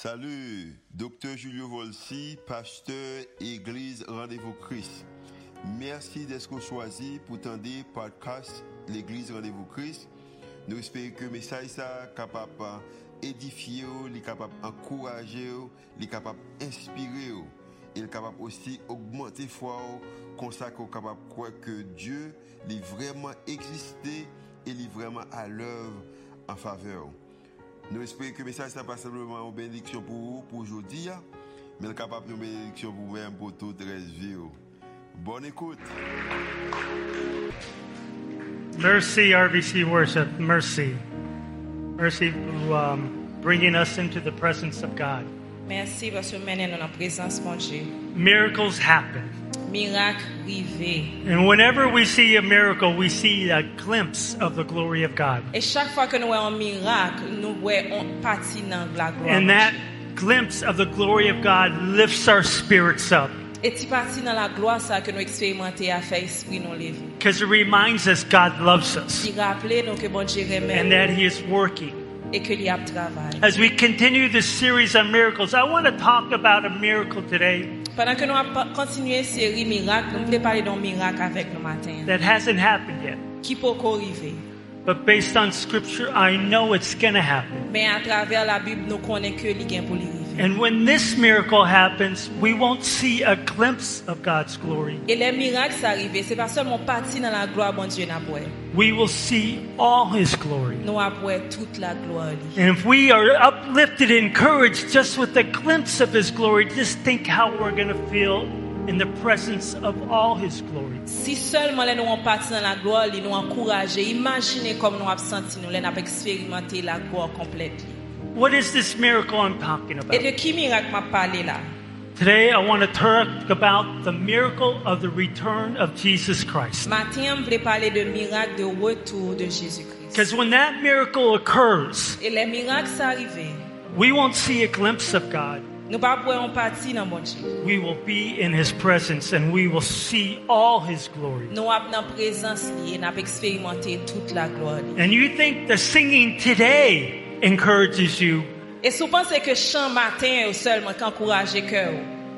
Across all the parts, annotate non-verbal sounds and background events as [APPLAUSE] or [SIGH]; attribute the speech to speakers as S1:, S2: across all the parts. S1: Salut, docteur Julio Volsi, pasteur Église Rendez-vous Christ. Merci d'être choisi pour tendre podcast l'Église Rendez-vous Christ. Nous espérons que le message ça capable d'édifier, capable d'encourager, capable d'inspirer. Il est capable aussi d'augmenter foi, comme ça qu'on capable de croire que Dieu est vraiment existé et est vraiment à l'œuvre en faveur. Nous espérons que le message n'est pas simplement une bénédiction pour vous, pour aujourd'hui, mais il est capable de une bénédiction pour vous-même, pour toute la vie. Bonne écoute.
S2: Mercy, RVC worship, mercy. Mercy for um, bringing us into the presence of God.
S3: Mersi vase menen nou nan prezans ponje.
S2: Miracles happen.
S3: Mirak rive.
S2: And whenever we see a miracle, we see a glimpse of the glory of God.
S3: E chak fwa ke nou wè an mirak, nou wè an pati nan la gloa.
S2: And that glimpse of the glory of God lifts our spirits up
S3: E ti pati nan la gloa sa ke nou eksperimente a fè espri nou leve.
S2: because it reminds us God loves us
S3: Ki rappele nou ke bonje
S2: and
S3: remen
S2: that He is working.
S3: e ke li ap travay.
S2: As we continue this series on miracles, I want to talk about a miracle today
S3: Padan ke nou ap pa- kontinue seri mirak, nou vle pale don mirak avèk nou maten.
S2: that hasn't happened yet.
S3: Ki pou ko rive.
S2: But based on scripture, I know it's going to happen.
S3: Men a traver la bib nou konen ke li gen pou li rive.
S2: And when this miracle happens, we won't see a glimpse of God's glory.
S3: E le mirak sa rive, se pa seman pati nan la gloa bonje nan apwe.
S2: We will see all His glory.
S3: Nou apwe tout la gloa li.
S2: And if we are uplifted, encouraged just with a glimpse of His glory, just think how we're going to feel in the presence of all His glory.
S3: Si seulement les nous en partie dans la gloire, les nous encourager, imaginez comme nous avons senti, nous les avons expérimenté la gloire complète.
S2: What is this miracle I'm talking
S3: Et
S2: about?
S3: de qui miracle m'a parlé là?
S2: Today, I want to talk about the miracle of the return of Jesus Christ.
S3: Matin, je voulais parler de miracle de retour de Jésus-Christ.
S2: Because when that miracle occurs,
S3: Et les miracles sont arrivés.
S2: we won't see a glimpse of God.
S3: Nous ne pouvons pas en partie dans mon Dieu.
S2: We will be in his presence and we will see all his glory.
S3: Nous avons dans la présence liée, nous avons expérimenté toute la gloire. li.
S2: And you think the singing today encourages you,
S3: Et si vous pensez que chant matin est seulement qu'encourager cœur,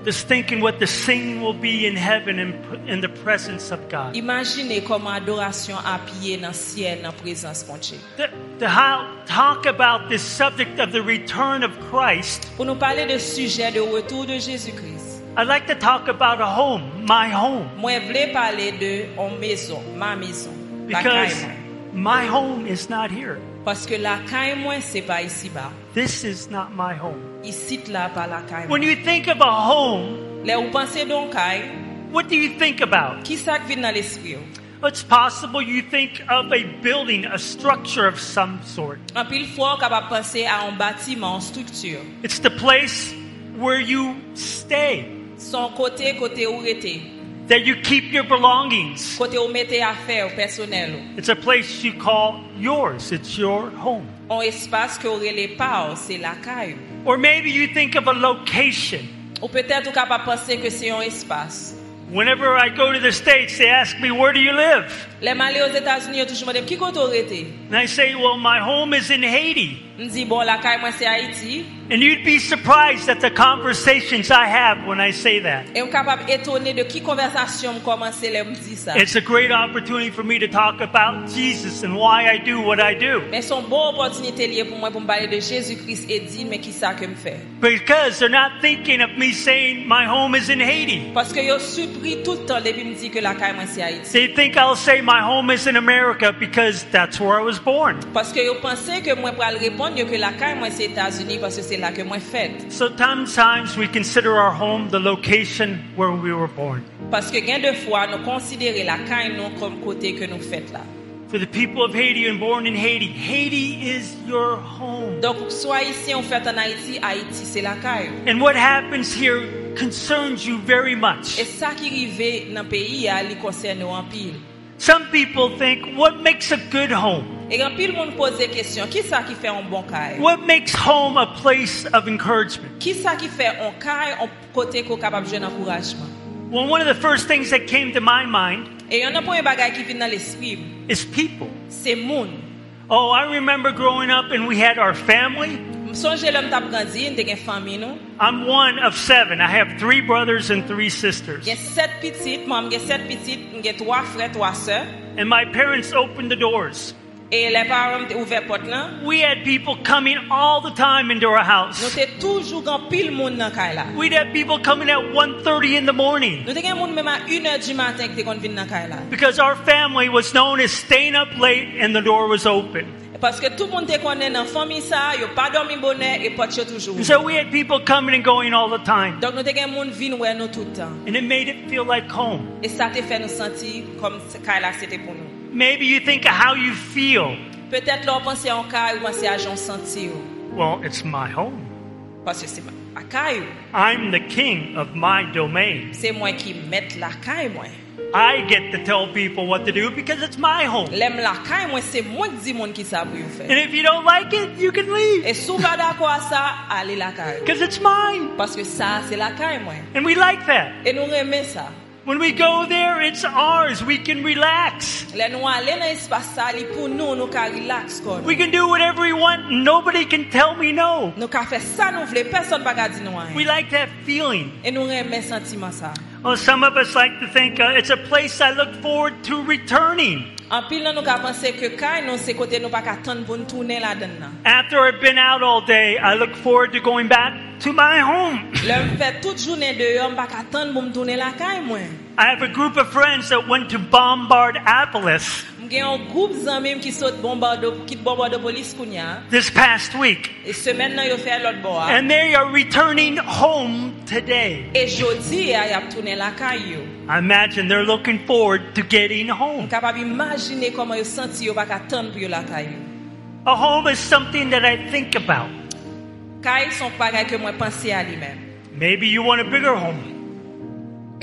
S2: just thinking what the singing will be in heaven and in the presence of God.
S3: imaginez comment adoration a pied dans le ciel, dans la présence de mon Dieu.
S2: To, to how, talk about this subject of the return of Christ,
S3: Pour nous parler de sujet de retour de Jésus-Christ,
S2: I'd like to talk about a home, my home,
S3: moi je voulais parler de en maison, ma maison, la
S2: because
S3: caille moi.
S2: my home is not here.
S3: Parce que la caille moi c'est pas ici bas.
S2: This is not my home.
S3: Ici là pas la caille. moi.
S2: When you think of a home,
S3: Là vous pensez donc caille,
S2: what do you think about?
S3: qui ça qui vient dans l'esprit? hein? ou?
S2: It's possible you think of a building, a structure of some sort.
S3: En pile fois capable penser à un bâtiment, une structure.
S2: It's the place where you stay,
S3: Son côté côté où était,
S2: that you keep your belongings.
S3: côté où mettez affaires personnelles.
S2: It's a place you call yours, it's your home.
S3: Un espace que aurait les pas, c'est la caille.
S2: Or maybe you think of a location.
S3: Ou peut-être vous capable penser que c'est un espace.
S2: Whenever I go to the States, they ask me, Where do you live?
S3: Les malais aux États-Unis, ils ont toujours demandé qui côté où était.
S2: And I say, Well, my home is in Haiti.
S3: Je dis, bon, la caille, moi, c'est Haïti.
S2: And you'd be surprised at the conversations I have when I say that.
S3: Et on est capable d'étonner de qui conversation commencer les me dit ça.
S2: It's a great opportunity for me to talk about Jesus and why I do what I do.
S3: Mais c'est une bonne opportunité liée pour moi pour me parler de Jésus-Christ et dire, mais qui ça que me fait?
S2: Because they're not thinking of me saying my home is in Haiti.
S3: Parce que yo surpris tout le temps depuis me dit que la caille, moi, c'est Haïti.
S2: They think I'll say my home is in America because that's where I was born.
S3: Parce que yo pensé que moi, pour aller répondre, yo que la caille, moi, c'est États-Unis parce que c'est là que moi, faite.
S2: So sometimes we consider our home the location where we were born.
S3: Parce que gain de fois, nous considérer la caille, nous, comme côté que nous faites là.
S2: For the people of Haiti and born in Haiti, Haiti is your home.
S3: Donc, soit ici, on fait en Haïti, Haïti, c'est la caille.
S2: And what happens here concerns you very
S3: Et
S2: much.
S3: ça qui arrive dans le pays, a, li concerne en pile.
S2: Some people think, what makes a good home?
S3: Et quand pile monde pose des questions, qui ça qui fait un bon caille?
S2: What makes home a place of encouragement?
S3: Qui ça qui fait un caille un côté qu'on capable jeune encouragement?
S2: Well, one of the first things that came to my mind
S3: Et un premier bagage qui vient dans l'esprit,
S2: is people.
S3: c'est moun.
S2: Oh, I remember growing up and we had our family,
S3: Je Sonje lèm tap grandi, n te gen fami nou.
S2: I'm one of seven. I have three brothers and three sisters.
S3: Gen set pitit, mam gen set pitit, m gen 3 frè, 3 sè.
S2: And my parents opened the doors.
S3: E lè param te ouve pot nan.
S2: We had people coming all the time into our
S3: Nou
S2: house.
S3: te toujou gan pil moun nan kay la.
S2: We'd have people coming at 1.30 in the morning
S3: Nou te gen moun mèm a 1h du matin ki te kon vin nan kay la.
S2: because our family was known as staying up late and the door was open.
S3: E Paske tout moun te konnen nan fami sa, yo pa dormi bonè, e pot yo toujou.
S2: And so we had people coming and going all the time.
S3: Donk nou te gen moun vin wè nou toutan.
S2: And it made it feel like home.
S3: E sa te fè nou santi kom se- kay la se te pou nou.
S2: Maybe you think of how you feel.
S3: Petèt lò panse an kay ou panse a jon santi yo.
S2: Well, it's my home.
S3: Paske se ma- a kay yo.
S2: I'm the king of my domain.
S3: Se mwen ki met la kay mwen.
S2: I get to tell people what to do because it's my home.
S3: Lem la kay mwen se mwen ki di moun ki sa pou yo fè.
S2: And if you don't like it, you can leave
S3: E sou pa d'akwa sa, ale la kay.
S2: because it's mine.
S3: Paske sa, se la kay mwen.
S2: And we like that.
S3: E nou reme sa.
S2: When we go there, it's ours. We can relax.
S3: Le nou ale nan espas sa, li pou nou, nou ka relax kon.
S2: We can do whatever we want. and Nobody can tell me no.
S3: Nou ka fè sa nou vle, person pa ka di nou
S2: We
S3: an.
S2: like that feeling.
S3: E nou reme sentiman sa.
S2: Oh, some of us like to think uh, it's a place I look forward to returning
S3: An pil nan nou ka panse ke kay nou se kote nou pa ka tan pou nou tourne la den nan.
S2: after I've been out all day. I look forward to going back to my home.
S3: Le m fè tout jounen deyo, m pa ka tan pou m tourne la kay mwen.
S2: I have a group of friends that went to bombard Apollos
S3: M gen yon goup zanmim ki sot bombardo, kit bombardo polis koun ya.
S2: this past week,
S3: E semen nan yo fè lot bo a.
S2: and they are returning home today.
S3: E jodi a yap tourne la kay yo.
S2: I imagine they're looking forward to getting
S3: M
S2: home.
S3: kapab imajine koman yo senti yo pa ka tan pou yo la kay yo.
S2: A home is something that I think about.
S3: Kay son pagay ke mwen panse a li men.
S2: Maybe you want a bigger home.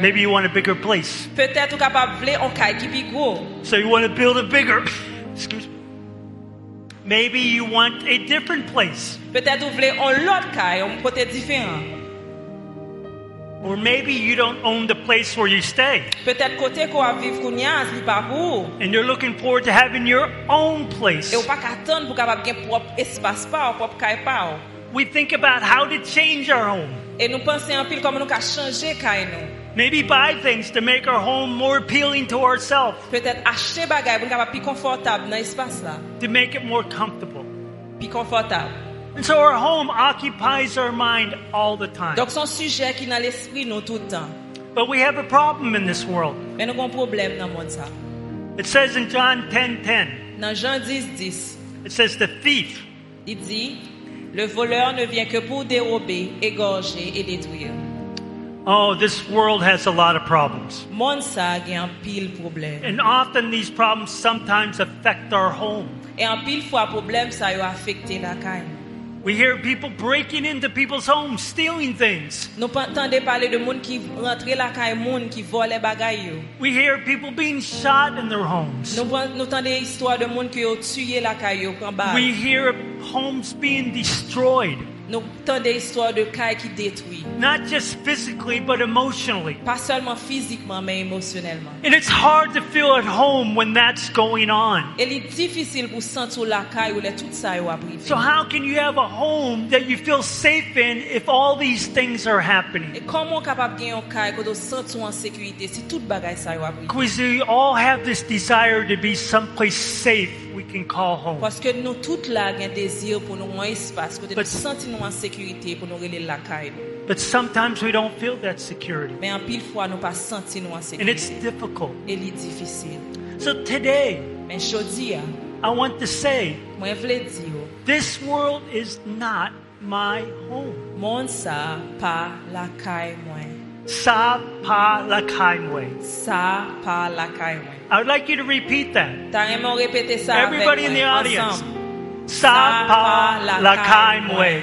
S2: Maybe you want a bigger place.
S3: Petèt ou kapab vle an kay ki pi gwo.
S2: So you want to build a bigger. [COUGHS] Excuse me. Maybe you want a different place.
S3: Petèt ou vle an lot kay, an kote diferan.
S2: Or maybe you don't own the place where you stay
S3: Petèt kote ko ap viv koun ya, li pa pou.
S2: and you're looking forward to having your own place.
S3: E ou pa ka tan pou kapab gen prop espas pa ou prop kay pa ou.
S2: We think about how to change our home.
S3: E nou panse an pil koman nou ka chanje kay nou.
S2: Maybe buy things to make our home more appealing to ourselves,
S3: Petèt achte bagay pou nou kapab pi konfortab nan espas la.
S2: to make it more comfortable.
S3: Pi konfortab.
S2: And so our home occupies our mind all the time.
S3: Dok son suje ki nan l'esprit nou toutan.
S2: But we have a problem in this world.
S3: Men nou kon problem nan moun sa.
S2: It says in John 10:10, 10, 10,
S3: Nan Jean 10, 10.
S2: it says the thief
S3: Il dit, le voleur ne vient que pour dérober, égorger et détruire.
S2: Oh, this world has a lot of problems.
S3: Mon ça a un pile problème.
S2: And often these problems sometimes affect our home.
S3: Et en pile fois problème ça a affecté la caille.
S2: We hear people breaking into people's homes, stealing things.
S3: Nous pas entendez parler de monde qui rentre la caille monde qui vole les bagailles. yo.
S2: We hear people being shot in their homes.
S3: Nous pas- nous entendez histoire de monde qui ont tué la caille yo en bas.
S2: We hear homes being destroyed,
S3: Nous entendez histoire de caille qui détruit.
S2: not just physically, but emotionally.
S3: Pas seulement physiquement mais émotionnellement.
S2: And it's hard to feel at home when that's going on.
S3: Et est difficile pour sentir la caille ou les tout ça yo a privé.
S2: So, how can you have a home that you feel safe in if all these things are happening?
S3: Et comment capable gagner un caille quand on sent en sécurité si toute bagaille ça yo a privé.
S2: Because we all have this desire to be someplace safe we can call home.
S3: Parce que nous toutes là avons un désir pour nous un espace, pour nous
S2: But-
S3: sentir nous en sécurité, pour nous relayer la caille. nous.
S2: But sometimes we don't feel that security.
S3: Mais en pile fois, nous pas sentir nous en
S2: And it's
S3: sécurité.
S2: difficult.
S3: Et c'est difficile.
S2: So today,
S3: Mais je dis, hein,
S2: I want to say
S3: moi je voulais dire,
S2: this world is not my home.
S3: mon ça, pas la caille moi.
S2: Sa pa la kaimwe.
S3: Ça, pas la caille moi.
S2: I would like you to repeat that.
S3: T'as vraiment répété ça
S2: Everybody in
S3: avec
S2: the
S3: moi,
S2: audience.
S3: ensemble.
S2: Sa pa la kaimwe.
S3: kaimwe.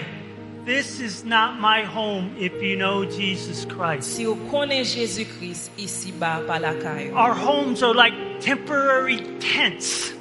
S2: This is not my home if you know Jesus Christ.
S3: Si vous connaissez Jésus-Christ ici-bas, pas la caille.
S2: Our homes are like temporary tents.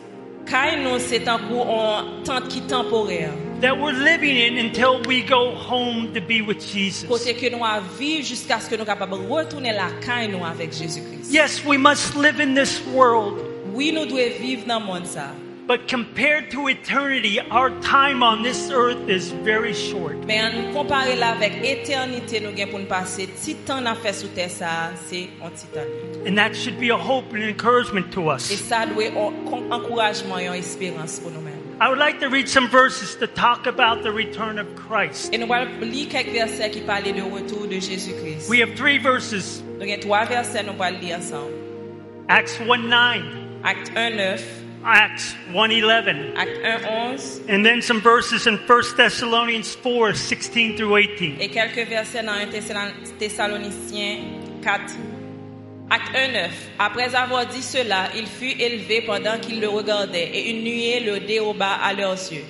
S3: Caille nous, c'est un pour une tente qui est temporaire.
S2: that we're living in until we go home to be with Jesus.
S3: Côté que nous avons vivre jusqu'à ce que nous soyons capables de retourner la caille nous avec Jésus-Christ.
S2: Yes, we must live in this world,
S3: Oui, nous devons vivre dans le monde ça.
S2: But compared to eternity, our time on this earth is very short.
S3: Men an nou kompare la vek eternite nou gen pou nou pase, titan na fe sou te sa, se an titan.
S2: And that should be a hope and encouragement to
S3: E
S2: us.
S3: sa dwe an kon- ankourajman yon espirans pou nou men.
S2: I would like to read some verses to talk about the return of Christ.
S3: E nou wal li kek verse ki pale de retou de Jésus-Christ.
S2: We have three verses
S3: Nou gen 3 verse nou wal li ansan.
S2: Acts 1 9,
S3: Act 1.9,
S2: Acts 1 11,
S3: Act 1.11,
S2: and then some verses in 1 Thessalonians 4 16 through 18.
S3: et quelques versets dans 1 Thessalon- Thessaloniciens 4. Acte 1.9. Après avoir dit cela, il fut élevé pendant qu'il le regardait, et une nuée le déroba à leurs yeux.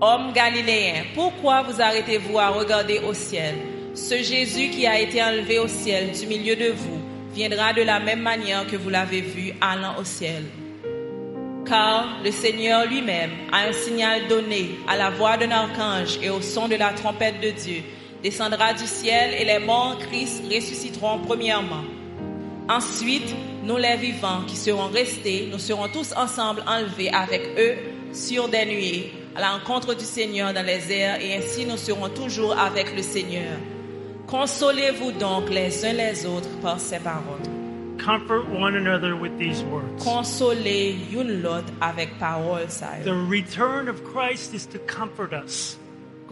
S3: Hommes galiléens, pourquoi vous arrêtez-vous à regarder au ciel Ce Jésus qui a été enlevé au ciel du milieu de vous viendra de la même manière que vous l'avez vu allant au ciel. Car le Seigneur lui-même a un signal donné à la voix d'un archange et au son de la trompette de Dieu. Descendra du ciel et les morts en Christ ressusciteront premièrement. Ensuite, nous les vivants qui serons restés, nous serons tous ensemble enlevés avec eux sur des nuées à la rencontre du Seigneur dans les airs et ainsi nous serons toujours avec le Seigneur. Consolez-vous donc les uns les autres par ces paroles.
S2: Comfort one another with these words.
S3: Consolez une l'autre avec paroles. ça yo.
S2: The return of Christ is to comfort us.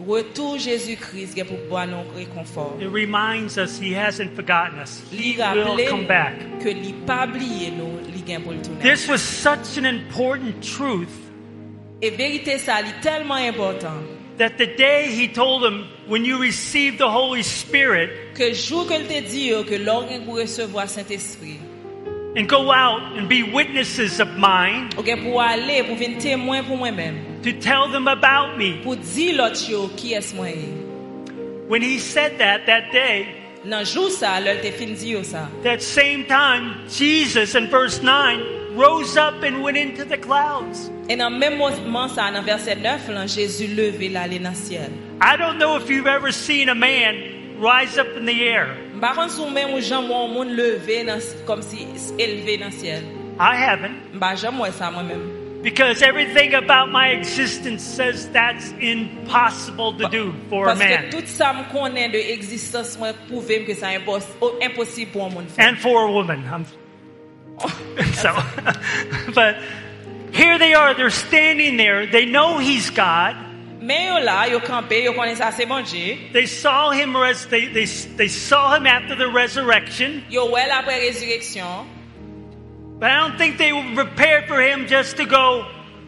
S3: Retour Jésus-Christ gen pou pou nou réconfort.
S2: It reminds us He hasn't forgotten us.
S3: Li
S2: He will
S3: rappele
S2: come back.
S3: ke li pa bliye nou li gen pou l'tounen.
S2: This was such an important truth
S3: E verite sa li telman important
S2: that the day He told them, when you receive the Holy Spirit
S3: ke jou ke lte di yo ke lor gen pou resevo a Saint-Esprit.
S2: and go out and be witnesses of mine
S3: Ou gen pou ale pou vin témoin pou mwen men.
S2: to tell them about me.
S3: Pou di lot yo ki es mwen ye.
S2: When He said that that day,
S3: Nan jou sa, lor te fin di yo sa.
S2: That same time, Jesus in verse 9 rose up and went into the clouds.
S3: E nan men mouman sa, nan verset 9 lan, Jésus leve la li nan siel.
S2: I don't know if you've ever seen a man rise up in the air.
S3: Mbaran sou men ou jan moun moun leve nan, kom si s- eleve nan siel.
S2: I haven't,
S3: Mba jan mwen sa mwen men.
S2: because everything about my existence says that's impossible to do for a
S3: Parce que
S2: man
S3: tout ça me connaît de l'existence, moi prouver que c'est impos- oh, impossible pour un monde.
S2: and for a woman. I'm, so, [LAUGHS] but here they are, they're standing there. They know he's God.
S3: Mais yo là, yo campé, yo connaît ça c'est bon Dieu.
S2: They saw him res- they, they, they saw him after the resurrection.
S3: Yo ouais après résurrection,
S2: But I don't think they were prepared for him just to go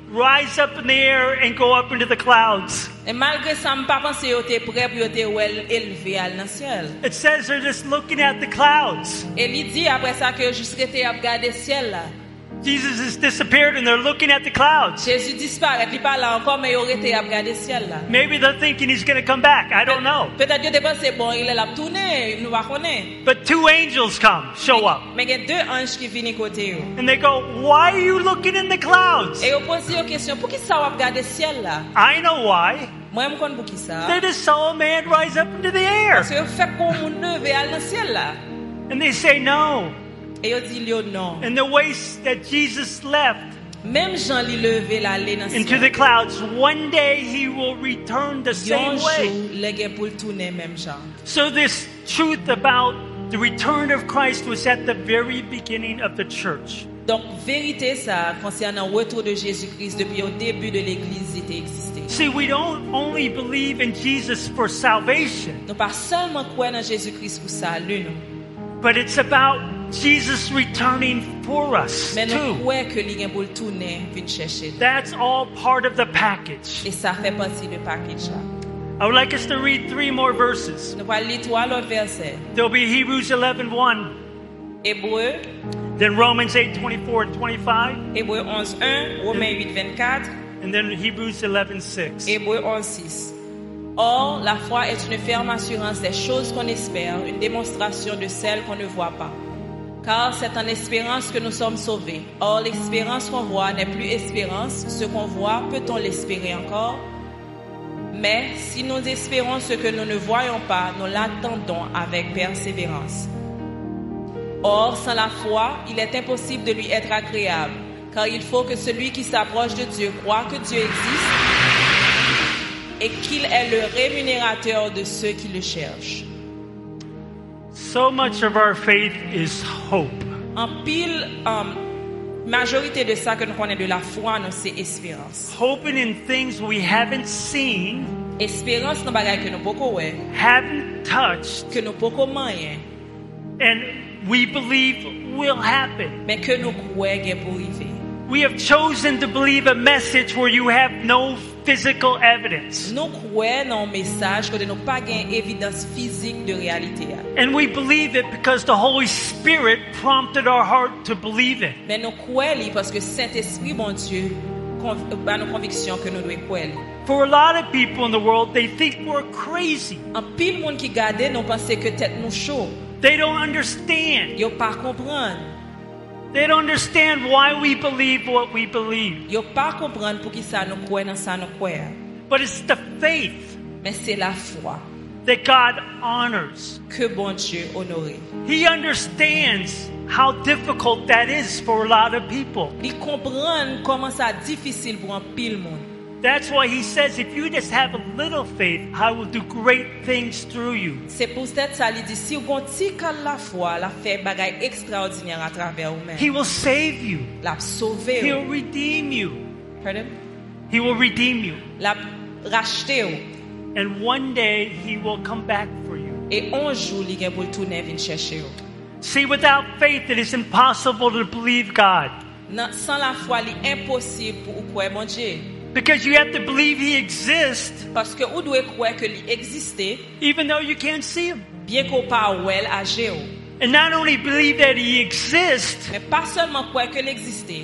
S2: rise up in the air and go up into the clouds.
S3: et malgré ça, me pas penser yo était prêt pour yo était ouais élevé à dans ciel.
S2: It says they're just looking at the clouds.
S3: Et lui dit après ça que jusqu'à été à regarder ciel là.
S2: Jesus has disappeared and they're looking at the clouds.
S3: Jésus disparaît, il pas là encore mais yo était à regarder ciel là.
S2: Maybe they're thinking he's going to come back. I don't know.
S3: Peut-être que pensé bon, il est là pour tourner, nous va connaître.
S2: But two angels come, show up,
S3: Mais il y a deux anges qui viennent côté yo.
S2: and they go, Why are you looking in the clouds?
S3: Et yo pose yo question, pour qui ça va regarder ciel là
S2: I know why.
S3: Moi me connais pour qui ça
S2: They just saw a man rise up into the air.
S3: Parce que fait qu'on moun leve al nan ciel là.
S2: And they say no.
S3: Et yo dit yo non.
S2: And the ways that Jesus left
S3: Même Jean li leve la le nan
S2: into
S3: ciel.
S2: the clouds, one day he will return the same
S3: Yon
S2: way.
S3: jou le gen pou l'tourner même Jean.
S2: So, this truth about the return of Christ was at the very beginning of the church.
S3: Donc vérité ça concernant le retour de Jésus-Christ depuis au début de l'église était existé.
S2: See, we don't only believe in Jesus for salvation,
S3: Nous pas seulement croire dans Jésus-Christ pour salut nous,
S2: but it's about Jesus returning for us
S3: mais nous
S2: too.
S3: croire que li gen pou l'tourner vinn chercher. nous.
S2: That's all part of the package.
S3: Et ça fait partie du package là.
S2: I would like us to read three more verses.
S3: Nous allons lire trois autres versets.
S2: There'll be Hebrews 11:1,
S3: Hébreu,
S2: then Romans 8:24 and 25,
S3: Hébreu 11, 1, Romains 8, 24,
S2: and then Hebrews 11:6.
S3: Hébreux 11, 6. Or, la foi est une ferme assurance des choses qu'on espère, une démonstration de celles qu'on ne voit pas. Car c'est en espérance que nous sommes sauvés. Or, l'espérance qu'on voit n'est plus espérance. Ce qu'on voit, peut-on l'espérer encore Mais si nous espérons ce que nous ne voyons pas, nous l'attendons avec persévérance. Or, sans la foi, il est impossible de lui être agréable, car il faut que celui qui s'approche de Dieu croit que Dieu existe et qu'il est le rémunérateur de ceux qui le cherchent.
S2: So much of our faith is hope.
S3: En pile, en majorité de ça que nous connaissons de la foi, nous c'est espérance.
S2: Hoping in things we haven't seen,
S3: Espérance nan bagay ke nou poko we,
S2: haven't touched,
S3: ke nou poko manyen,
S2: and we believe will happen.
S3: men ke nou kwe gen pou rive.
S2: We have chosen to believe a message where you have no physical evidence.
S3: Nou kwe nan mesaj kote nou pa gen evidans fizik de realite ya.
S2: And we believe it because the Holy Spirit prompted our heart to believe it.
S3: Men nou kwe li paske Saint-Esprit, bon Dieu, konv- ba nou konviksyon ke nou dwe kwe li.
S2: For a lot of people in the world, they think we're crazy.
S3: An pil moun ki gade nou pense ke tet nou chou.
S2: They don't understand.
S3: Yo pa kompran.
S2: They don't understand why we believe what we believe.
S3: Yo pa kompran pou ki sa nou kwe nan sa nou kwe ya.
S2: But it's the faith
S3: Men se la fwa
S2: that God honors.
S3: ke bon Dieu honore.
S2: He understands how difficult that is for a lot of people.
S3: Li kompran koman sa difisil pou an pil moun.
S2: That's why he says, if you just have a little faith, I will do great things through you.
S3: Se pou tèt sa li di, si ou gon ti kal la fwa, la fè bagay ekstraordinèr a travè ou men.
S2: He will save you.
S3: La ap sove
S2: He'll
S3: ou.
S2: redeem you.
S3: Pardon?
S2: He will redeem you.
S3: La ap rachete ou.
S2: And one day he will come back for you.
S3: E onjou li gen pou l'toune vin chèche ou.
S2: See, without faith, it is impossible to believe God
S3: Nan, san la fwa li imposib pou ou kwe bon Dje.
S2: because you have to believe he exists
S3: Paske ou dwe kwe ke li egziste,
S2: even though you can't see him.
S3: byen ko pa wel aje ou.
S2: And not only believe that he exists,
S3: Men pa selman kwe ke li egziste,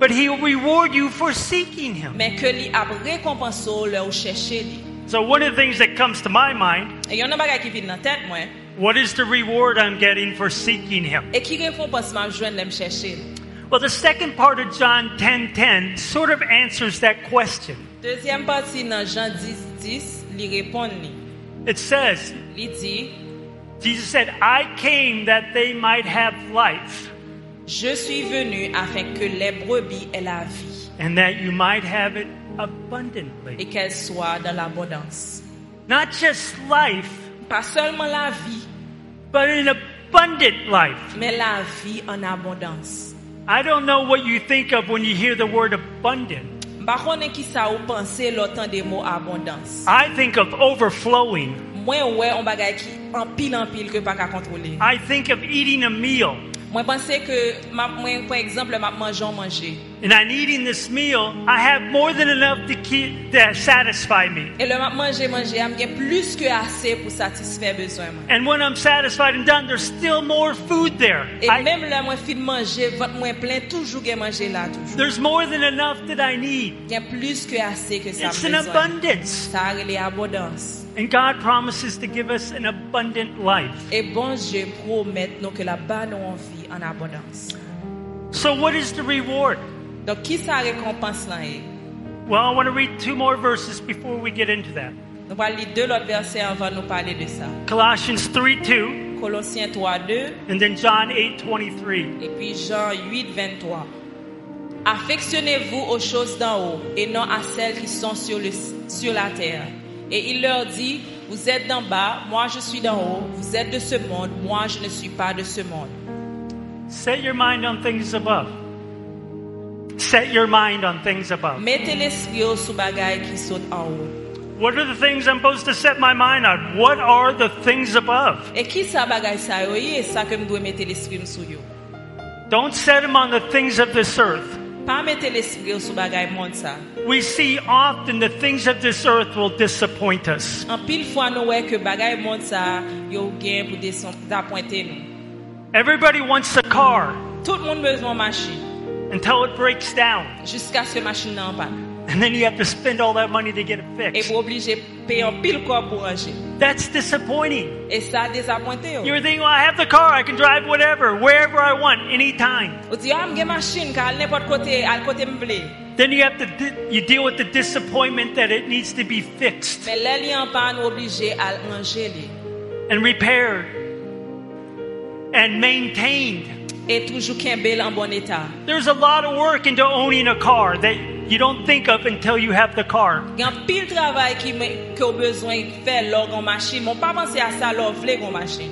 S2: but he will reward you for seeking him.
S3: men ke li ap rekompanso le ou chèche li.
S2: So, one of the things that comes to my mind
S3: E yon nan bagay ki vin nan tèt mwen,
S2: what is the reward I'm getting for seeking him?
S3: e ki rekompansman jwen lem chèche li.
S2: Well, the second part of John 10:10 sort of answers that question.
S3: Dezyem pati nan Jean 10, 10 li repon li.
S2: It says,
S3: Li di,
S2: Jesus said, I came that they might have life
S3: Je suis venu afin que les brebis aient la vie
S2: and that you might have it
S3: et
S2: abundantly.
S3: qu'elles soient dans l'abondance.
S2: Not just life,
S3: Pas seulement la vie,
S2: but an abundant life.
S3: mais la vie en abondance.
S2: I don't know what you think of when you hear the word abundant.
S3: Mba konen ki sa ou panse lotan de mo abondance.
S2: I think of overflowing.
S3: Mwen wè on bagay ki anpil anpil ke pa ka kontrole.
S2: I think of eating a meal.
S3: Mwen panse ke, ma, mwen par exemple, map manjon manje.
S2: And on eating this meal, I have more than enough to keep to satisfy me.
S3: E le map manje manje, am gen plus ke ase pou satisfè bezwen mwen.
S2: And when I'm satisfied and done, there's still more food there.
S3: E
S2: I-
S3: mèm lè mwen fin manje, vat mwen plen toujou gen manje la toujou.
S2: there's more than enough that I need.
S3: Gen plus ke ase ke sa
S2: It's an
S3: mwen
S2: abundance.
S3: Sa rele abondans.
S2: And God promises to give us an abundant life.
S3: E bon je promet nou ke la ba nou an vi an abondans.
S2: So, what is the reward?
S3: Donk ki sa rekompans lan e?
S2: Well, I want to read two more verses before we get into that.
S3: Nou pal li de lot verse anvan nou pale de sa.
S2: Colossians 3 2,
S3: Kolosien 3.2
S2: and then John 8 23.
S3: Et puis Jean 8, 23. Affectionnez-vous aux choses d'en haut et non à celles qui sont sur, le, sur la terre. Et il leur dit, vous êtes d'en bas, moi je suis d'en haut, vous êtes de ce monde, moi je ne suis pas de ce monde.
S2: Set your mind on things above. Set your mind on things above.
S3: Mettez l'esprit au sous bagaille qui saute en haut.
S2: What are the things I'm supposed to set my mind on? What are the things above?
S3: Et qui sa bagaille sa yo ye, sa que m'doué mettre l'esprit m sou yo.
S2: Don't set them on the things of this earth.
S3: Pas mettez l'esprit au sous bagaille monde sa.
S2: We see often the things of this earth will disappoint us.
S3: En pile fois nou wè que bagaille monde sa yo gen pou deson, d'appointer nous.
S2: Everybody wants a car
S3: Tout le monde besoin machine.
S2: until it breaks down.
S3: jusqu'à ce que machine n'en panne.
S2: And then you have to spend all that money to get it
S3: Et
S2: fixed.
S3: vous obligez de payer en pile corps pour ranger.
S2: That's disappointing.
S3: Et ça a désappointé. oh.
S2: You're thinking, well, I have the car. I can drive whatever, wherever I want, anytime.
S3: Vous dites, ah, j'ai machine, car elle n'importe côté, à côté me plaît.
S2: Then you have to di- you deal with the disappointment that it needs to be fixed
S3: Mais là, il est en panne, vous obligez à le ranger. lui.
S2: and repaired and maintained.
S3: et toujours Kimbell en bon état.
S2: There's a lot of work into owning a car that you don't think of until you have the car.
S3: Il y a pile travail qui me- que besoin de faire lors d'une machine. Mon pas pensé à ça lors vle gon machine.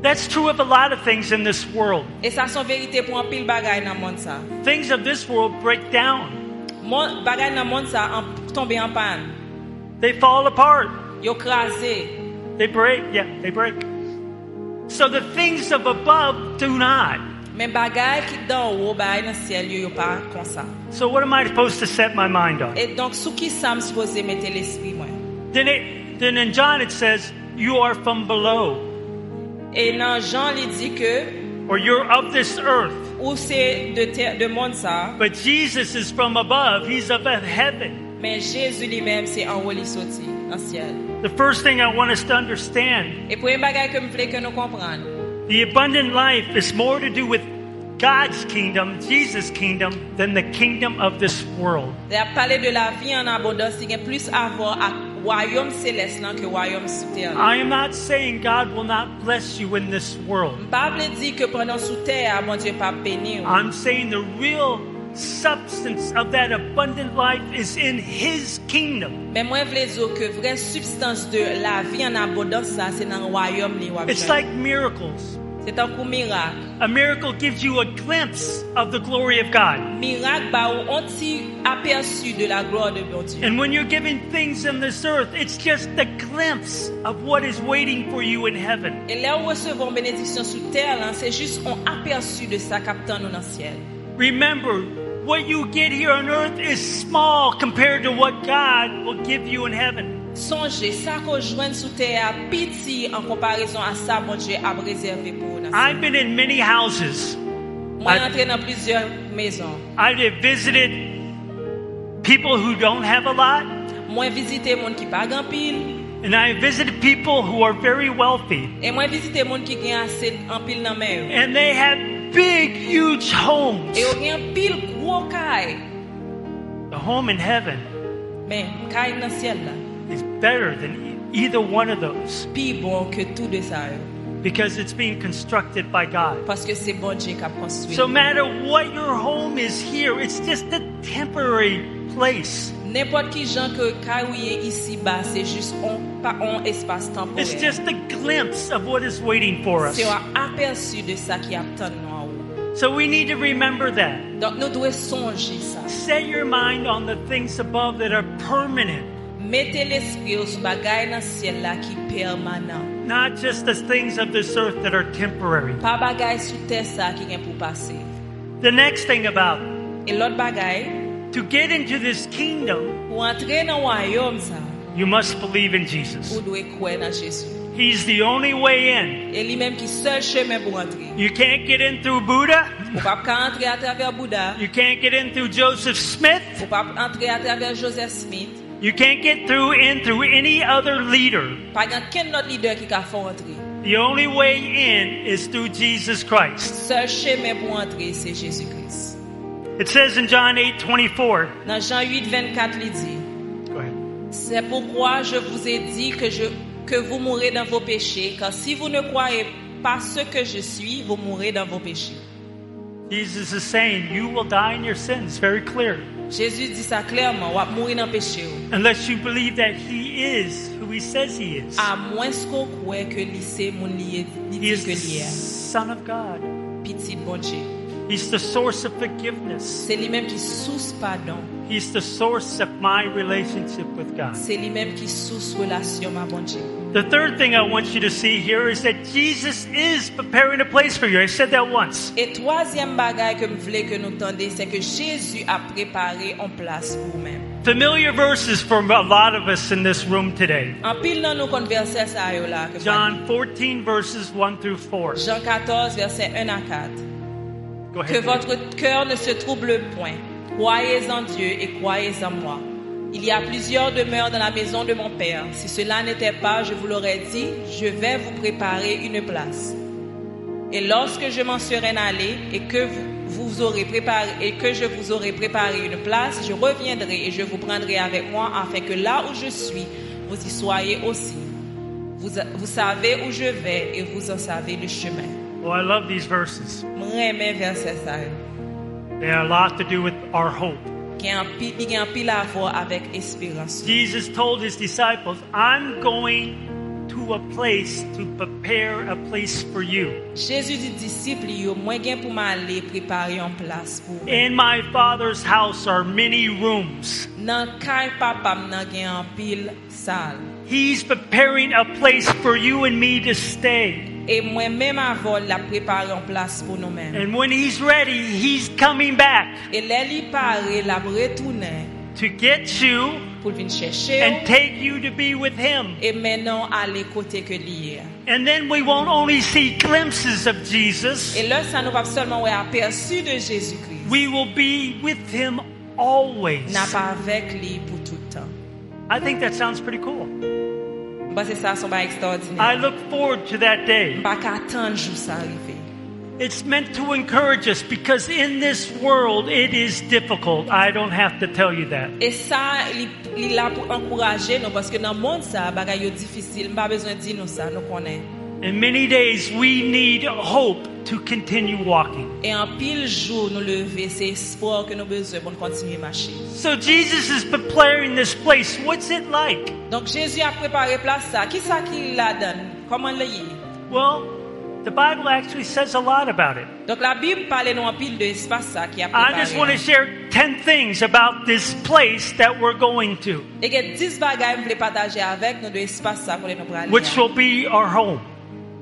S2: That's true of a lot of things in this world.
S3: Et ça son vérité pour un pile bagay dans le monde ça.
S2: Things of this world break down,
S3: Mon bagay dans le monde ça en, tomber en panne.
S2: they fall apart,
S3: Yo crasé.
S2: they break. Yeah, they break. So the things of above do not.
S3: Mais bagay qui dans haut bagay dans le ciel yo yo pas comme ça.
S2: So what am I supposed to set my mind on?
S3: Et donc sous qui ça me supposé mettre l'esprit moi.
S2: Then, it, then in John it says, "You are from below,
S3: Et dans Jean lui dit que
S2: or you're of this earth."
S3: ou c'est de terre de monde ça,
S2: But Jesus is from above; he's of heaven.
S3: mais Jésus lui-même c'est en haut il sorti dans le ciel.
S2: The first thing I want us to understand
S3: Et pour un bagay que me voulais que nous comprenions,
S2: The abundant life is more to do with God's kingdom, Jesus' kingdom, than the kingdom of this world.
S3: Il a parlé de la vie en abondance, il y a plus à voir avec royaume céleste là, que royaume sous terre. là.
S2: I am not saying God will not bless you in this world.
S3: Pas veut dire que pendant sous terre, mon Dieu pas béni. ou.
S2: I'm saying the real substance of that abundant life is in His kingdom.
S3: Mais moi voulais dire que vraie substance de la vie en abondance ça c'est dans le royaume li wap
S2: It's
S3: jwenn.
S2: like miracles.
S3: C'est un coup miracle.
S2: A miracle gives you a glimpse of the glory of God.
S3: Miracle bah, ba ou un petit aperçu de la gloire de mon Dieu.
S2: And when you're given things in this earth, it's just the glimpse of what is waiting for you in heaven.
S3: Et là où recevons bénédiction sous terre, là, c'est juste un aperçu de sa captant nous dans le ciel.
S2: Remember, what you get here on earth is small compared to what God will give you in heaven.
S3: Songez, ça qu'on joigne sous terre petit en comparaison à ça mon Dieu a réservé pour nous. dans le ciel.
S2: I've been in many houses.
S3: Moi
S2: I-
S3: entré dans plusieurs maisons.
S2: I have visited people who don't have a lot,
S3: Moi visité monde qui pas grand pile
S2: and I have visited people who are very wealthy,
S3: et moi visité monde qui gagne assez en pile dans main. yo.
S2: and they have big, huge homes.
S3: Et on gagne pile gros caille.
S2: The home in heaven
S3: Mais caille dans le ciel là,
S2: is better than e- either one of those
S3: plus bon que tout de ça. yo.
S2: because it's being constructed by God.
S3: Parce que c'est bon Dieu qui a construit.
S2: So, matter what your home is here, it's just a temporary place.
S3: N'importe qui gens que caille où il est ici bas, c'est juste on pas un espace
S2: It's
S3: temporaire.
S2: just a glimpse of what is waiting for us.
S3: C'est un aperçu de ça qui attend nous en haut.
S2: So we need to remember that.
S3: Donc nous devons songer ça.
S2: Set your mind on the things above that are permanent,
S3: Mettez l'esprit sur bagaille dans le ciel là qui permanent.
S2: not just the things of this earth that are temporary.
S3: Pas bagaille sous terre ça qui vient pour passer.
S2: The next thing about
S3: Et l'autre bagaille,
S2: to get into this kingdom,
S3: pour entrer dans le royaume, ça,
S2: you must believe in
S3: vous
S2: Jesus.
S3: devez croire dans Jésus.
S2: He's the only way in.
S3: Et lui-même qui est seul chemin pour entrer.
S2: You can't get in through Buddha.
S3: Vous ne pouvez pas entrer à travers Bouddha,
S2: You can't get in through Joseph Smith.
S3: vous ne pouvez pas entrer à travers Joseph Smith,
S2: You can't get through in through any other leader.
S3: pas dans quel autre leader qui a fait entrer.
S2: The only way in is through Jesus Christ.
S3: Seul chemin pour entrer, c'est Jésus-Christ.
S2: It says in John 8 24.
S3: Dans Jean 8, 24, il dit,
S2: Go ahead.
S3: C'est pourquoi je vous ai dit que, je, que vous mourrez dans vos péchés, car si vous ne croyez pas ce que je suis, vous mourrez dans vos péchés.
S2: Jesus is saying, You will die in your sins. Very clear.
S3: Jésus dit ça clairement, vous mourir dans le péché. ou.
S2: Unless you believe that He is who He says He is.
S3: À moins qu'on croit que lycée mon lié,
S2: He
S3: lié
S2: is
S3: que
S2: the
S3: lié,
S2: Son of God.
S3: petit bon Dieu.
S2: He's the source of forgiveness.
S3: C'est lui-même qui sous pardon.
S2: He's the source of my relationship with God.
S3: C'est lui-même qui sous relation à bon Dieu.
S2: The third thing I want you to see here is that Jesus is preparing a place for you. I said that once.
S3: Et troisième bagaille que je voulais que nous tendions, c'est que Jésus a préparé en place pour nous-mêmes.
S2: Familiar verses for a lot of us in this room today.
S3: En pile dans nos conversés, ça yo là. que-
S2: John 14 verses 1 through 4.
S3: Jean 14, verset 1 à 4.
S2: Go
S3: Que
S2: ahead. David.
S3: votre cœur ne se trouble point. Croyez en Dieu et croyez en moi. Il y a plusieurs demeures dans la maison de mon Père. Si cela n'était pas, je vous l'aurais dit, je vais vous préparer une place. Et lorsque je m'en serai allé et que vous, vous aurez préparé et que je vous aurai préparé une place, je reviendrai et je vous prendrai avec moi afin que là où je suis, vous y soyez aussi. Vous, vous savez où je vais et vous en savez le chemin.
S2: Oh, I love these verses.
S3: Mremen verse sa yo.
S2: They have a lot to do with our hope.
S3: Gen an pi, pi gen an pi la vo avèk espirans.
S2: Jesus told his disciples, I'm going to a place to prepare a place for you.
S3: Jezu di disipli yo, mwen gen pou ma ale prepare yon plas pou. ou."
S2: In my Father's house are many rooms.
S3: Nan kay papam nan gen an pil sal.
S2: He's preparing a place for you and me to stay.
S3: E mwen men ma vol la prepare yon plas pou nou men.
S2: And when he's ready, he's coming back
S3: E lè li pare la bretounen
S2: to get you
S3: pou vin chèche
S2: and
S3: ou.
S2: take you to be with him.
S3: E menon ale kote ke liye.
S2: And then we won't only see glimpses of Jesus,
S3: E lè sa nou pap solman wè aperçu de Jésus-Christ.
S2: we will be with him always.
S3: Nan pa avèk li pou toutan.
S2: I think that sounds pretty cool.
S3: Ba se sa son ba
S2: I
S3: ekstraordinè.
S2: look forward to that day.
S3: Ba ka atan jou sa arrive.
S2: It's meant to encourage us because in this world it is difficult. I don't have to tell you that.
S3: E sa li, li la pou ankouraje nou. Paske nan moun sa bagay yo difisil. Mba bezwen di nou sa nou konen.
S2: In many days we need hope to continue walking.
S3: E an pil jou nou leve. Se espoir ke nou bezwen pou nou kontinye mache.
S2: So Jesus is preparing this place. What's it like?
S3: Donk Jezu a prepare plas sa. Ki sa ki la dan? Koman le ye?
S2: Well, the Bible actually says a lot about it.
S3: Donk la Bib pale nou an pil de espas sa ki a
S2: I just want to
S3: prepare.
S2: share 10 things about this place that we're going to,
S3: E gen 10 bagay m vle pataje avek nou de espas sa pou le nou prale.
S2: which will be our home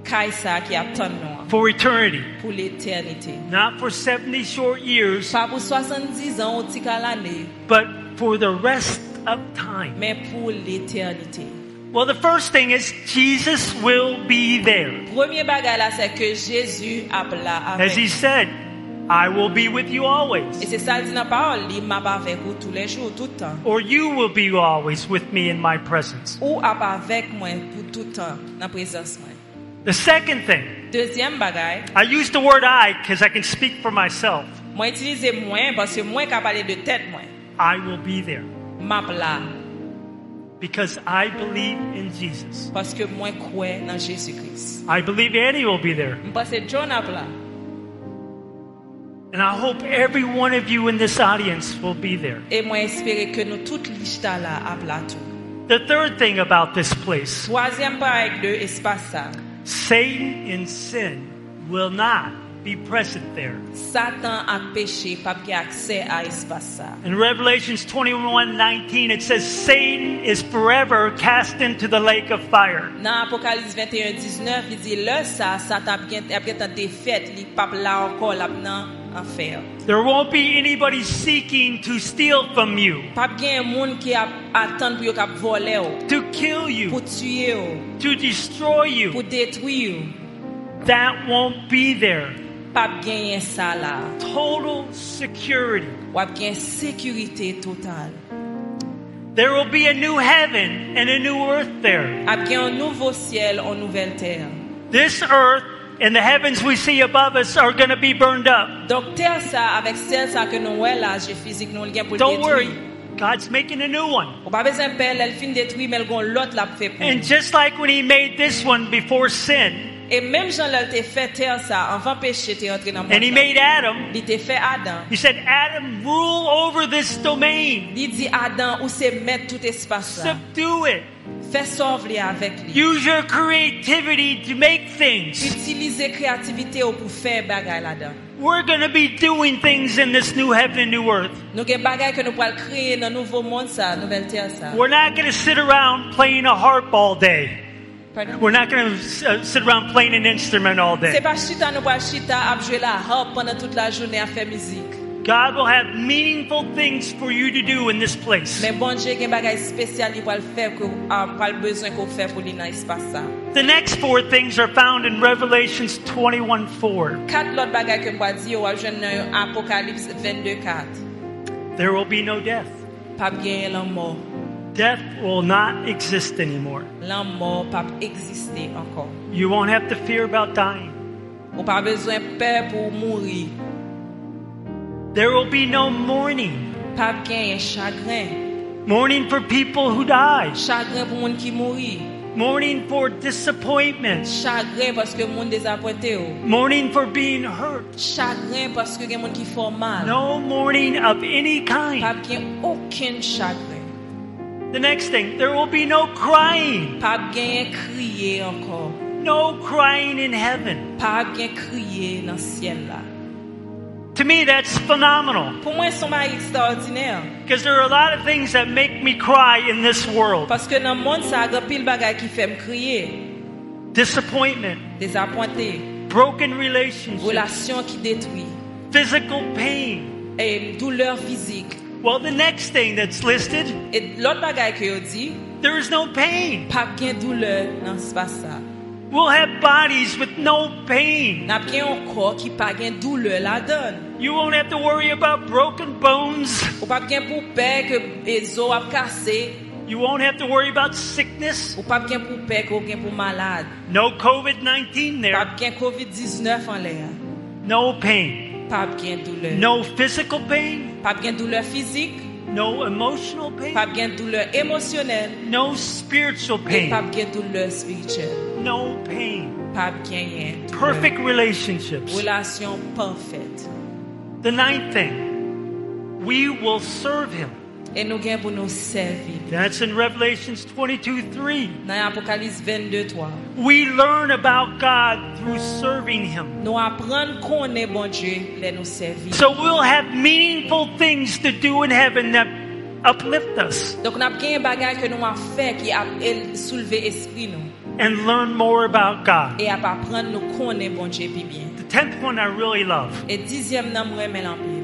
S3: Kay sa ki ap tan nou an,
S2: for eternity.
S3: pou l'eternite.
S2: Not for 70 short years,
S3: Pa pou 70 an ou ti kal ane,
S2: but for the rest of time.
S3: men pou l'eternite.
S2: Well, the first thing is Jesus will be there.
S3: Premier bagay la se ke Jezu ap la
S2: As he
S3: avek.
S2: said, I will be with you
S3: E
S2: always,
S3: se sa di nan parol li, map avek ou tou le jou, tout an.
S2: or you will be always with me in my presence.
S3: Ou ap avek mwen pou tout an nan prezans mwen.
S2: The second thing,
S3: Dezyem bagay,
S2: I use the word I because I can speak for myself.
S3: Mwen itilize mwen, paske mwen ka pale de tèt mwen.
S2: I will be there
S3: Map la,
S2: because I believe in Jesus.
S3: paske mwen kwe nan Jésus Kris.
S2: I believe Annie will be there.
S3: Mwen pase John ap la.
S2: And I hope every one of you in this audience will be there.
S3: E mwen espere ke nou tout lichta la ap la tou.
S2: The third thing about this place
S3: Troasyem parek de espasa.
S2: Satan and sin will not be present there.
S3: Satan ak peche pap ki akse a espasa.
S2: In Revelations 21 19, it says, Satan is forever cast into the lake of fire.
S3: Nan Apokalips 21-19, li di le sa, Satan ap gen- ap gen tan defet, li pap la ankol ap nan anfer.
S2: There won't be anybody seeking to steal from you,
S3: Pap gen moun ki ap atan pou yo kap vole oh, ou,
S2: to kill
S3: pou
S2: you,
S3: tue ou,
S2: to destroy you.
S3: pou detwi ou.
S2: That won't be there.
S3: Pap genyen sa la.
S2: Total security.
S3: Wap gen sekurite total.
S2: There will be a new heaven and a new earth there.
S3: Ap gen an nouvo siel, an nouvel ter.
S2: This earth and the heavens we see above us are going to be burned up.
S3: Dok ter sa, avek siel sa ke nou wè la, je fizik nou l gen pou l
S2: Don't worry,
S3: detwi.
S2: God's making a new one.
S3: Ou pa bezen pel, el fin detwi, men l gon lot la pou fe
S2: And
S3: pou.
S2: just like when He made this one before sin,
S3: E menm jan lèl te fe ter sa, anvan peche te entre nan
S2: and He
S3: moun.
S2: made Adam,
S3: Li te fe Adan.
S2: He said, Adam, rule over this domain,
S3: Li di Adan ou se met tout espas la.
S2: subdue it,
S3: Fe sov li avek li.
S2: use your creativity to make things.
S3: Utilize kreativite ou pou fe bagay la dan.
S2: We're going to be doing things in this new heaven and new earth.
S3: Nou gen bagay ke nou pal kreye nan nouvo moun sa, nouvel ter sa.
S2: We're not going to sit around playing a harp all day.
S3: Pardon?
S2: We're not going to uh, sit around playing an instrument all
S3: Se
S2: day.
S3: pa chita nou pa chita ap jwe la hop pandan tout la jounen a fe mizik.
S2: God will have meaningful things for you to do in this place.
S3: Men bon Dje gen bagay spesyal li pal fe ko um, pal bezwen ko fe pou li nan espasa.
S2: The next four things are found in Revelations 21:4.
S3: Kat lot bagay ke mwa di yo wap jwen nan yon apokalips 22.4.
S2: There will be no death.
S3: Pap genye lan mor.
S2: Death will not exist anymore.
S3: Lan mor pap egziste ankon.
S2: You won't have to fear about dying.
S3: Ou pa bezwen pe pou mouri.
S2: There will be no mourning.
S3: Pap genye chagren.
S2: Mourning for people who die.
S3: Chagren pou moun ki mouri.
S2: mourning for disappointments,
S3: Chagrin paske moun dezapwete yo.
S2: mourning for being hurt.
S3: Chagrin paske gen moun ki fò mal.
S2: No mourning of any kind.
S3: Pap gen oken chagrin.
S2: The next thing, there will be no crying.
S3: Pap gen kriye ankor.
S2: No crying in heaven.
S3: Pap gen kriye nan sien la.
S2: To me, that's phenomenal
S3: Pou mwen son mari ekstraordinèr.
S2: because there are a lot of things that make me cry in this world
S3: Paske nan moun sa aga pil bagay ki fèm kriye.
S2: disappointment,
S3: Dezapwante.
S2: broken relationships,
S3: Relasyon ki detwi.
S2: physical pain.
S3: E douleur fizik.
S2: Well, the next thing that's listed,
S3: E lot bagay ke yo di,
S2: there is no pain.
S3: pap gen douleur nan spasa.
S2: We'll have bodies with no pain.
S3: Nap gen yon kor ki pa gen douleur la don.
S2: You won't have to worry about broken bones.
S3: Ou pap gen pou pe ke e zo ap kase.
S2: You won't have to worry about sickness.
S3: Ou pap gen pou pe ke ou gen pou malade.
S2: No COVID 19 there.
S3: Pap gen COVID-19 an lè ya.
S2: No pain.
S3: Pap gen douleur.
S2: No physical pain.
S3: Pap gen douleur fizik.
S2: No emotional pain.
S3: Pap gen douleur emosyonel.
S2: No spiritual
S3: E
S2: pain.
S3: pap gen douleur spirituel.
S2: No pain.
S3: Pap gen yen. douleur.
S2: Perfect relationships.
S3: Relasyon parfait.
S2: The ninth thing, we will serve him.
S3: E nou gen pou nou servi.
S2: That's in Revelations 22 3.
S3: Nan Apokalis 22.3.
S2: We learn about God through serving him.
S3: Nou apren konen bon Diyo le nou servi.
S2: So we'll have meaningful things to do in heaven that uplift us
S3: Donk nap gen bagay ke nou ap fe ki ap el souleve espri nou.
S2: and learn more about God.
S3: E ap apren nou konen bon Diyo pi bien.
S2: The tenth one I really love.
S3: E dizyem nan mwen men anpil.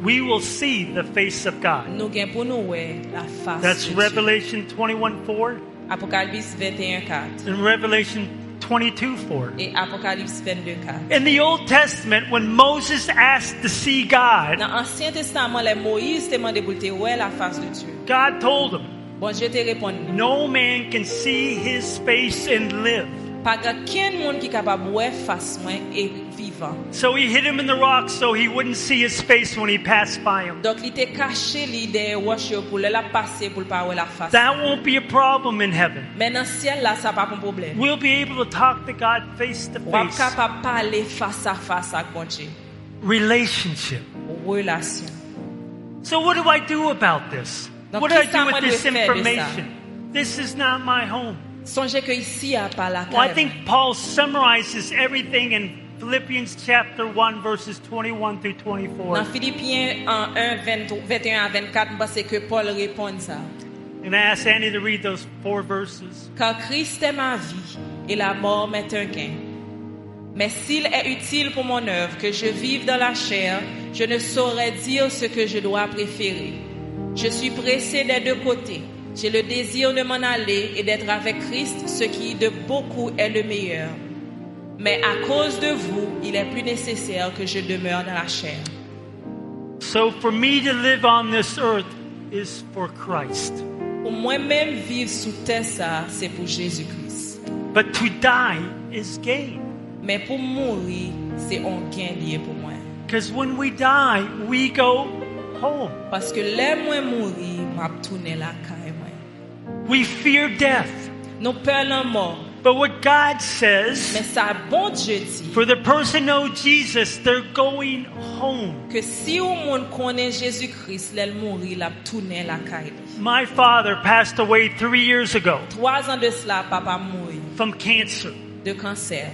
S2: We will see the face of God.
S3: Nou gen pou nou we la fas.
S2: That's
S3: de Diyo.
S2: Revelation 21 4
S3: Apokalipsis 21.4
S2: and Revelation 22 4.
S3: et Apokalipsis 22.4.
S2: In the Old Testament, when Moses asked to see God,
S3: Nan Ansyen Testament, le Moïse te mande pou te wè la face de Dieu.
S2: God told him,
S3: Bon, je te repon,
S2: No man can see his face and live.
S3: pa ga ken moun ki kapab wè face mwen e vivan.
S2: So he hid him in the rock so he wouldn't see his face when he passed by him.
S3: Donk li te kache li de wòch yo pou le la pase pou l pa wè la face.
S2: That won't be a problem in heaven.
S3: Men nan siel la, sa pa pou problem.
S2: We'll be able to talk to God face to
S3: Wap
S2: face.
S3: kapab pale face a face ak bon Dieu.
S2: Relationship.
S3: Relasyon.
S2: So what do I do about this?
S3: Now,
S2: What do I
S3: please
S2: do with
S3: someone
S2: this
S3: will fair this
S2: information? This is not my home.
S3: Sonje ke isi a pa la
S2: Well, I
S3: kare.
S2: think Paul summarizes everything in Philippians chapter 1 verses 21 through 24.
S3: Nan Filipien an 1, 22, 21 a 24, mba se ke Paul repon sa.
S2: And I asked Andy to read those four verses.
S3: Car Christ est ma vie et la mort m'est un gain. Mais s'il est utile pour mon œuvre que je vive dans la chair, je ne saurais dire ce que je dois préférer. Je suis pressé des deux côtés. J'ai le désir de m'en aller et d'être avec Christ, ce qui de beaucoup est le meilleur. Mais à cause de vous, il est plus nécessaire que je demeure dans la chair.
S2: So for me to live on this earth is for Christ.
S3: Pour moi-même vivre sous terre, ça, c'est pour Jésus-Christ.
S2: But to die is gain.
S3: Mais pour mourir, c'est un gain lié pour moi.
S2: Because when we die, we go home.
S3: Paske lè mwen mouri, m ap toune la kay mwen.
S2: We fear death.
S3: Nou pè lan mor,
S2: But what God
S3: men
S2: says,
S3: sa bon Dje di,
S2: for the person who knows Jesus, they're going home.
S3: ke si ou moun konen Jésus Christ, lè l mouri, l ap toune la kay li.
S2: My father passed away three years ago
S3: Troaz an de sla, papa mouri,
S2: from cancer.
S3: de kanser,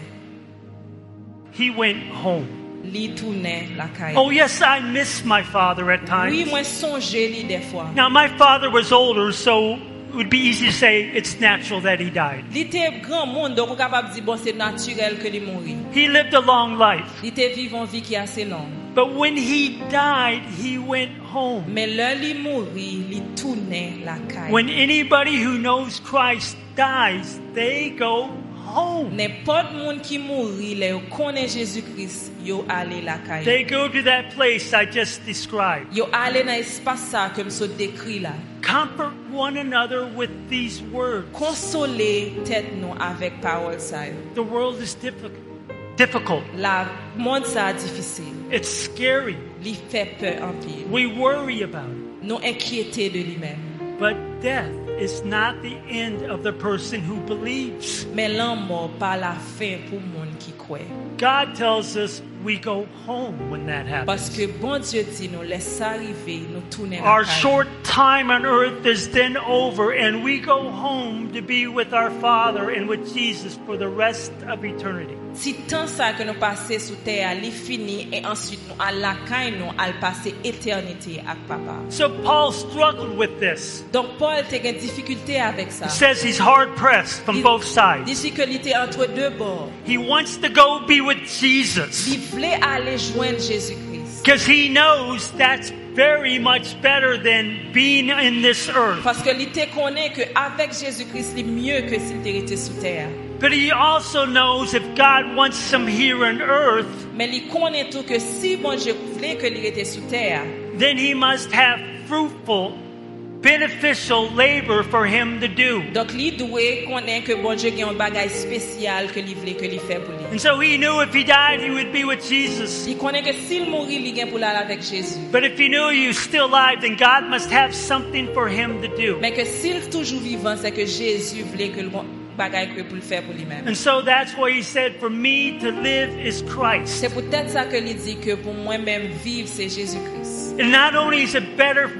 S2: He went home.
S3: li toune la kay
S2: Oh,
S3: li.
S2: yes, I miss my father at
S3: Oui,
S2: times.
S3: mwen sonje li defwa.
S2: Now, my father was older, so it would be easy to say it's natural that he died.
S3: Li te gran moun, do kou kapap di bon se naturel ke li mouri.
S2: He lived a long life.
S3: Li te vivon vi ki ase long.
S2: But when he died, he went home.
S3: Men lè li mouri, li toune la kay li.
S2: When anybody who knows Christ dies, they go home.
S3: N'importe moun ki mouri le yo konen Jésus-Christ, yo ale la kaye.
S2: They go to that place I just described.
S3: Yo ale nan espasa kem so dekri la.
S2: Comfort one another with these words.
S3: Konsole tet nou avèk pawol sa yo.
S2: The world is difficult. Difficult.
S3: La moun sa difisil.
S2: It's scary.
S3: Li fe pe anpil.
S2: We worry about it.
S3: Nou enkyete de li men.
S2: But death is not the end of the person who believes.
S3: Mais l'amour pas la fin pour monde qui croit.
S2: God tells us we go home when that
S3: Parce
S2: happens.
S3: que bon Dieu dit nous laisse arriver, nous tourner la
S2: Our
S3: page.
S2: short time on earth is then over, and we go home to be with our Father and with Jesus for the rest of eternity.
S3: Si tant ça que nous passer sous terre, il fini et ensuite nous à la caille nous à passer éternité avec papa.
S2: So Paul struggled with this.
S3: Donc Paul a une difficulté avec ça.
S2: He says he's hard pressed from both sides.
S3: Difficulté entre deux bords.
S2: He wants to go be with Jesus
S3: Il voulait aller joindre Jésus-Christ.
S2: because he knows that's very much better than being in this earth.
S3: Parce que il était connaît que avec Jésus-Christ, il est mieux que s'il était sous terre.
S2: But he also knows if God wants him here on earth,
S3: Mais il connaît tout que si bon Dieu voulait que il était sous terre,
S2: then he must have fruitful, beneficial labor for him to do.
S3: donc il doit connaître que bon Dieu a un bagage spécial que il voulait que il fait pour lui.
S2: And so he knew if he died, he would be with Jesus.
S3: Il connaît que s'il mourit, il gagne pour l'aller avec Jésus.
S2: But if he knew he was still alive, then God must have something for him to do.
S3: Mais que s'il toujours vivant, c'est que Jésus voulait que le bon bagage que pour le faire pour lui-même.
S2: And so that's why he said, For me to live is Christ.
S3: C'est peut-être ça que lui dit que pour moi-même vivre, c'est Jésus-Christ.
S2: And not only is it better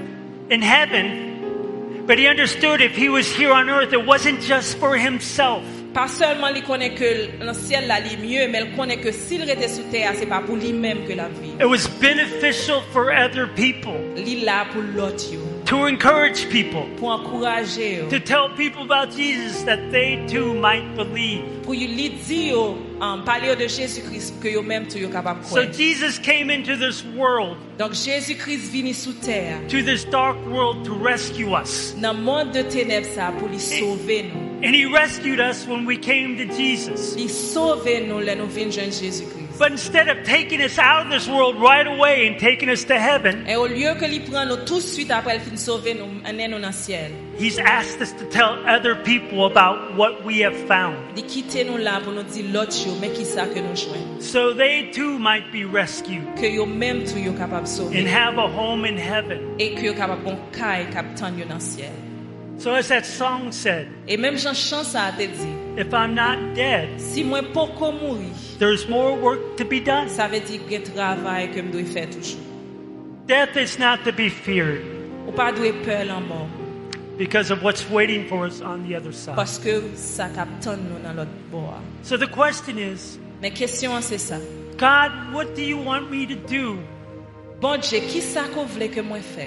S2: in heaven, but he understood if he was here on earth, it wasn't just for himself.
S3: Pas seulement il connaît que le ciel là, il est mieux, mais il connaît que s'il était sous terre, c'est pas pour lui-même que la vie.
S2: It was beneficial for other people,
S3: Il est là pour l'autre, yo,
S2: to encourage people,
S3: pour encourager, yo,
S2: to tell people about Jesus that they too might believe.
S3: pour lui dire, yo, en parler de Jésus-Christ, que eux-mêmes, tu es capable de
S2: So
S3: croire.
S2: Jesus came into this world,
S3: Donc Jésus-Christ vient sous terre,
S2: to this dark world, to rescue us.
S3: dans le monde de ténèbres, ça, pour lui sauver nous.
S2: And he rescued us when we came to Jesus.
S3: Il sauve nous, là, nous venons joindre Jésus-Christ.
S2: But instead of taking us out of this world right away and taking us to heaven,
S3: Et au lieu que lui prend nous tout de suite après le fin de sauver nous, amener nous dans le ciel.
S2: he's asked us to tell other people about what we have found
S3: Il quitte nous là pour nous dire l'autre chose, mais qui ça que nous joignons.
S2: so they too might be rescued
S3: Que yo même tout yo capable de
S2: and
S3: sauver.
S2: have a home in heaven.
S3: Et que yo capable bon caille capable tendre yo dans le ciel.
S2: So, as that song said,
S3: Et même Jean Chan ça a te dit,
S2: if I'm not dead,
S3: si moi pas qu'on mourir,
S2: there's more work to be done.
S3: ça veut dire que travail que me dois faire toujours.
S2: Death is not to be feared
S3: Ou pas doit peur en mort
S2: because of what's waiting for us on the other side.
S3: parce que ça capable tendre nous dans l'autre bord.
S2: So, the question is,
S3: Mais question c'est ça.
S2: God, what do you want me to do
S3: Bon Dieu, qui ça qu'on voulait que moi fasse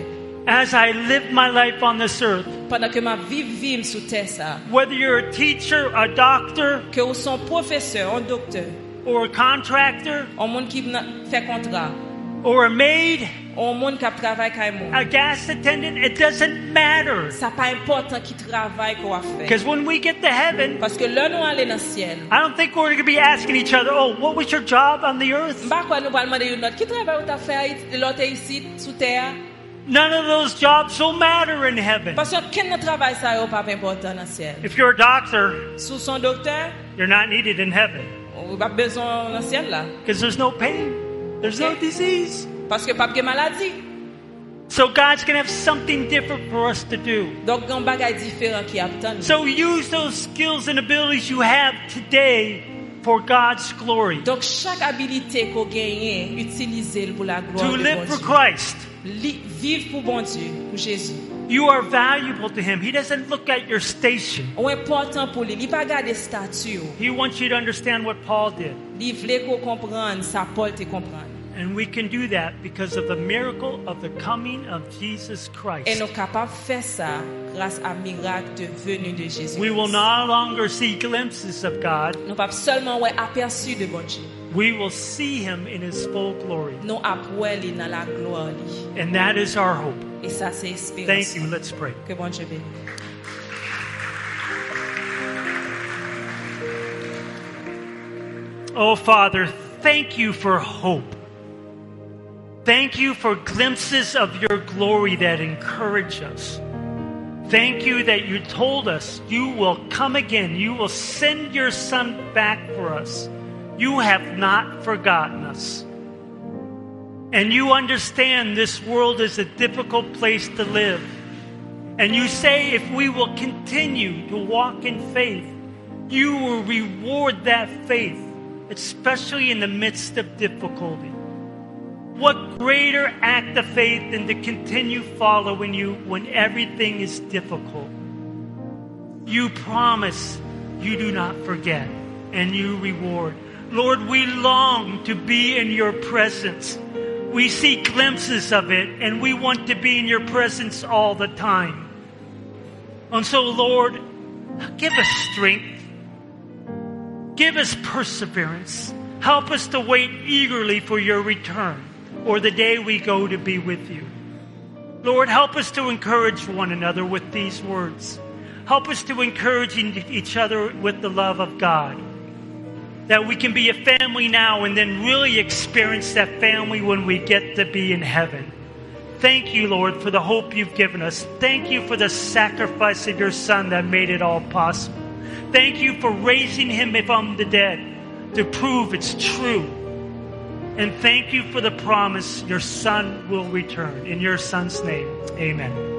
S2: as I live my life on this earth?
S3: pendant que ma vie vit sous terre ça?
S2: Whether you're a teacher, a doctor,
S3: que ou son professeur, un docteur,
S2: or a contractor,
S3: un monde qui na- fait contrat,
S2: or a maid,
S3: un monde qui travaille comme moi.
S2: a gas attendant, it doesn't matter.
S3: Ça pas important qui travaille qu'on a fait.
S2: Because when we get to heaven,
S3: Parce que là, nous allons dans le ciel.
S2: I don't think we're going to be asking each other, oh, what was your job on the earth?
S3: Bah quoi, nous allons demander une autre qui travaille ou t'as fait haïti- l'autre est ici, sous terre.
S2: None of those jobs will matter in heaven.
S3: Parce que quel travail ça n'est pas important dans le ciel.
S2: If you're a doctor,
S3: Sous son docteur,
S2: you're not needed in heaven
S3: on n'a pas besoin dans le ciel là.
S2: because there's no pain, there's no
S3: Okay.
S2: disease.
S3: Parce que pas de maladie.
S2: So God's going to have something different for us to do.
S3: Donc, il y a un bagage différent qui attend. nous.
S2: So use those skills and abilities you have today for God's glory.
S3: Donc, chaque habilité qu'on gagne, utilisez-le pour la
S2: To
S3: gloire de
S2: live for
S3: bon Dieu.
S2: Christ.
S3: Li- Vivre pour bon Dieu, pour Jésus.
S2: You are valuable to Him. He doesn't look at your station.
S3: Ou important pour lui, il pas garder statut.
S2: He wants you to understand what Paul did.
S3: Il voulait qu'on comprenne, ça Paul te comprendre.
S2: And we can do that because of the miracle of the coming of Jesus
S3: Et nous
S2: Christ.
S3: sommes capables de faire ça grâce à miracle de venue de Jésus.
S2: We will
S3: Christ.
S2: no longer see glimpses of God.
S3: Nous pas seulement ouais aperçu de bon Dieu.
S2: We will see Him in His full glory.
S3: Nous après lui dans la gloire lui.
S2: And that is our hope.
S3: Et ça c'est
S2: Thank
S3: espérance.
S2: you. Let's pray.
S3: Que bon Dieu bénisse.
S2: Oh, Father, thank you for hope. Thank you for glimpses of your glory that encourage us. Thank you that you told us you will come again. You will send your son back for us. You have not forgotten us. And you understand this world is a difficult place to live. And you say, if we will continue to walk in faith, you will reward that faith, especially in the midst of difficulty. What greater act of faith than to continue following you when everything is difficult? You promise you do not forget and you reward. Lord, we long to be in your presence. We see glimpses of it and we want to be in your presence all the time. And so, Lord, give us strength, give us perseverance, help us to wait eagerly for your return or the day we go to be with you. Lord, help us to encourage one another with these words. Help us to encourage each other with the love of God. That we can be a family now and then really experience that family when we get to be in heaven. Thank you, Lord, for the hope you've given us. Thank you for the sacrifice of your Son that made it all possible. Thank you for raising him from the dead to prove it's true. And thank you for the promise your Son will return. In your Son's name, amen.